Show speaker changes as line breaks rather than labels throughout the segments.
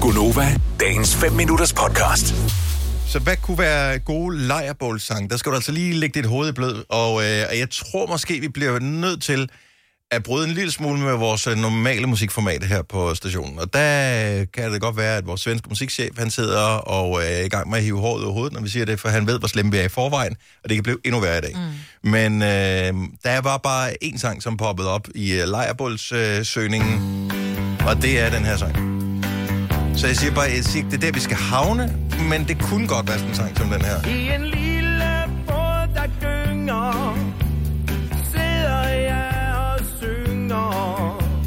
Gunova, dagens 5 minutters podcast.
Så hvad kunne være gode lejrbålsange? Der skal du altså lige lægge dit hoved i blød, og, øh, og jeg tror måske, vi bliver nødt til at bryde en lille smule med vores øh, normale musikformat her på stationen. Og der øh, kan det godt være, at vores svenske musikchef, han sidder og øh, er i gang med at hive håret over hovedet, når vi siger det, for han ved, hvor slemme vi er i forvejen, og det kan blive endnu værre i dag. Mm. Men øh, der var bare en sang, som poppede op i øh, lejrbålssøgningen, øh, søgningen, og det er den her sang. Så jeg siger bare, jeg siger, ikke, det er der, vi skal havne, men det kunne godt være sådan en sang som den her.
I en lille båd, der gynger, sidder jeg og synger.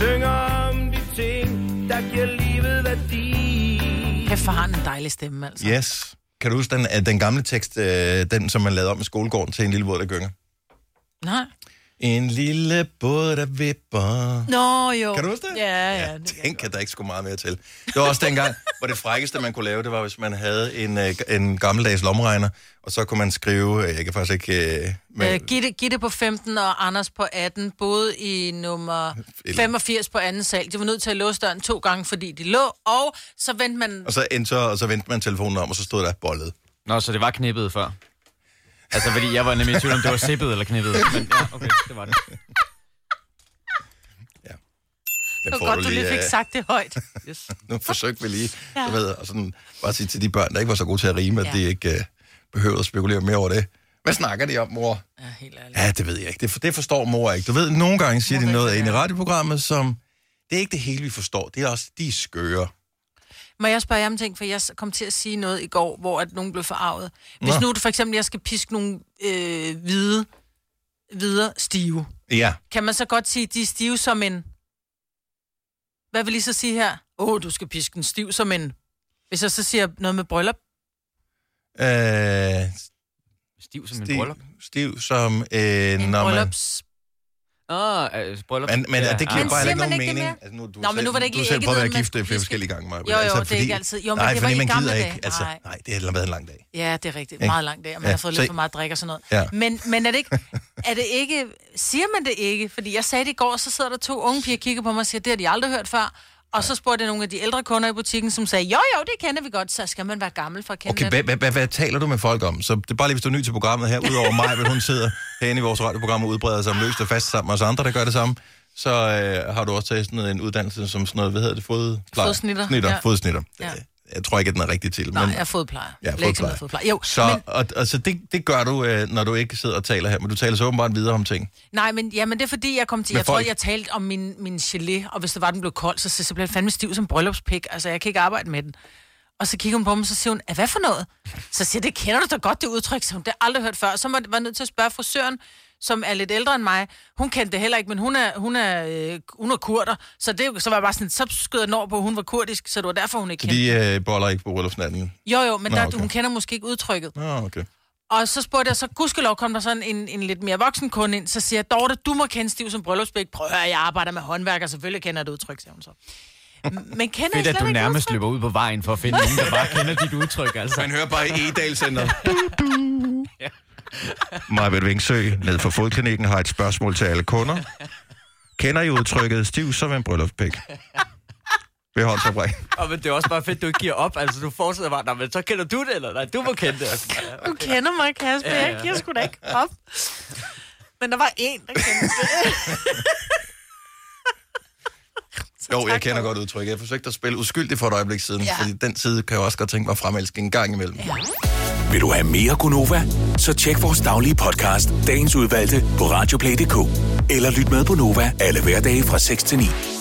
Synger om de ting, der giver livet værdi.
Kæft, for har han en dejlig stemme, altså.
Yes. Kan du huske den, øh, den gamle tekst, øh, den som man lavede om i skolegården til en lille båd, der gynger?
Nej.
En lille båd, der vipper.
Nå, jo.
Kan du huske det?
Ja, ja.
ja
det kan jeg
tænk, at der ikke skulle meget mere til. Det var også dengang, hvor det frækkeste, man kunne lave, det var, hvis man havde en, øh, en gammeldags lomregner, og så kunne man skrive, øh, jeg kan faktisk ikke... Øh,
godt.
men,
Øh, Gitte, Gitte på 15 og Anders på 18 boede i nummer 85 på anden sal. De var nødt til at låse døren to gange, fordi de lå, og så vendte man...
og så enter, og så vendte man telefonen om, og så stod der bollet.
Nå, så det var knippet før. Altså, fordi jeg var nemlig i tvivl om, det var sippet eller knippet. Men ja, okay, det var det.
Den
Det
får øh,
var godt, du lige fik
af-
sagt det højt. Yes.
nu forsøgte vi lige, ja.
Ja.
du ved, og sådan bare sige til de børn, der ikke var så gode til at rime, at
Ja.
de ikke uh, behøvede at spekulere mere over det. Hvad snakker de om, mor?
Ja, helt ærligt.
Ja, det ved jeg ikke. Det, for, det forstår mor ikke. Du ved, nogle gange siger de
Mor ved
noget
ikke,
ind i
hvad det er.
radioprogrammet, som... Det er ikke det hele, vi forstår. Det er også de er skøre.
Må jeg spørge jer om en ting, for jeg kom til at sige noget i går, hvor at nogen blev forarvet. Hvis
Nå.
nu du for eksempel, jeg skal piske nogle øh, hvide, hvide stive,
Ja.
kan man så godt sige, at de er stive som en... Hvad vil I så sige her? Åh, oh, du skal piske den stiv som en... Hvis jeg så siger noget med bryllup,
Øh,
Stiv som en
stiv,
bryllup.
stiv som... Øh,
en
når man,
bryllups...
Åh, øh, bryllup.
men, men ja, det giver
Men
jo bare
siger
ikke
man
nogen
ikke det
mening.
mere?
Altså, nu, du
Nå, men nu var det ikke-
du har selv
ikke
prøvet at
noget
være gift
med-
øh, flere forskellige gange. Maja.
Jo, jo, det er ikke altid. Jo, men
nej,
det var
fordi
i
man
gamle
gider
dage.
ikke. Altså,
Nej.
nej, det har været en lang dag.
Ja, det er rigtigt.
Ikke?
Meget lang dag, og man
Ja,
har fået
så-
lidt for meget drik og sådan noget.
Ja.
Men, men er, det ikke, er det ikke... Siger man det ikke? Fordi jeg sagde det i går, og så sidder der to unge piger og kigger på mig og siger, det har de aldrig hørt før. Og så spurgte jeg nogle af de ældre kunder i butikken, som sagde, jo jo, det kender vi godt, så skal man være gammel for at kende
Okay,
det.
hvad, hvad, hvad, hvad taler du med folk om? Så det er bare lige, hvis du er ny til programmet her, udover mig, hvor hun sidder herinde i vores radioprogram og udbreder sig om løst og fast sammen med os andre, der gør det samme, så øh, har du også taget sådan noget, en uddannelse som sådan noget, hvad hedder det, fodpleje?
Fodsnitter,
Snitter, ja.
ja.
Fodsnitter. Ja.
Ja.
Jeg tror ikke, at den er rigtig til.
Nej,
men,
jeg er fodplejer.
Ja,
Læge til
fodplejer.
mad, fodplejer. Jo,
Så
men,
og, og, så det, det gør du, øh, når du ikke sidder og taler her, men du taler så åbenbart videre om ting.
Nej, men, ja, men det er fordi, jeg kom til...
Med
Jeg tror,
folk.
jeg talte om min, min gelé, og hvis det var, den blev kold, så, så, så blev jeg fandme stiv som bryllupspik. Altså, jeg kan ikke arbejde med den. Og så kigger hun på mig, så siger hun, "Ah, hvad for noget? Så siger jeg, det kender du da godt, det udtryk, som det har jeg aldrig hørt før. Så må- var jeg nødt til at spørge frisøren, som er lidt ældre end mig. Hun kendte det heller ikke, men hun er, hun er, øh, hun er kurder. Så, det, så var jeg bare sådan, så skød jeg den over på, at hun var kurdisk, så det var derfor, hun ikke kendte.
De øh, boller ikke på bryllupsnatten.
Jo, jo, men
Nå,
der,
okay.
hun kender måske ikke udtrykket.
Nå, okay.
Og så spurgte jeg så, gudskelov kom der sådan en, en lidt mere voksen kunde ind, så siger jeg, Dorte, du må kende Stiv som bryllupsbæk. Prøv at høre, jeg arbejder med håndværker, selvfølgelig kender jeg det udtryk, siger hun så. M- Men kender
Fedt,
I
at
slet
du
ikke
nærmest
udtryk?
løber ud på vejen for at finde nogen, der bare kender dit udtryk, altså.
Man hører bare i Egedalcenteret. Majbet Vingsø, ned for fodklinikken, har et spørgsmål til alle kunder. Kender I udtrykket stiv som en bryllupspæk? Beholdsopræk.
Og men det er også bare fedt, at du ikke giver op. Altså, du fortsætter bare, nej, men så kender du det, eller nej, du må kende det. Altså, ja,
Du kender mig, Kasper,
Ja, ja.
jeg giver sgu da ikke op. Men der var en, der kendte det. Så
Jo, jeg
tak
kender
for-
godt udtrykket. Jeg forsøgte at spille uskyldig for et øjeblik siden, ja.
Ja.
fordi den side kan jeg også godt tænke mig at fremelske en gang imellem. Ja.
Vil du have mere Gunova? Så tjek vores daglige podcast, dagens udvalgte, på radioplay.dk. Eller lyt med på Nova alle hverdage fra 6 til 9.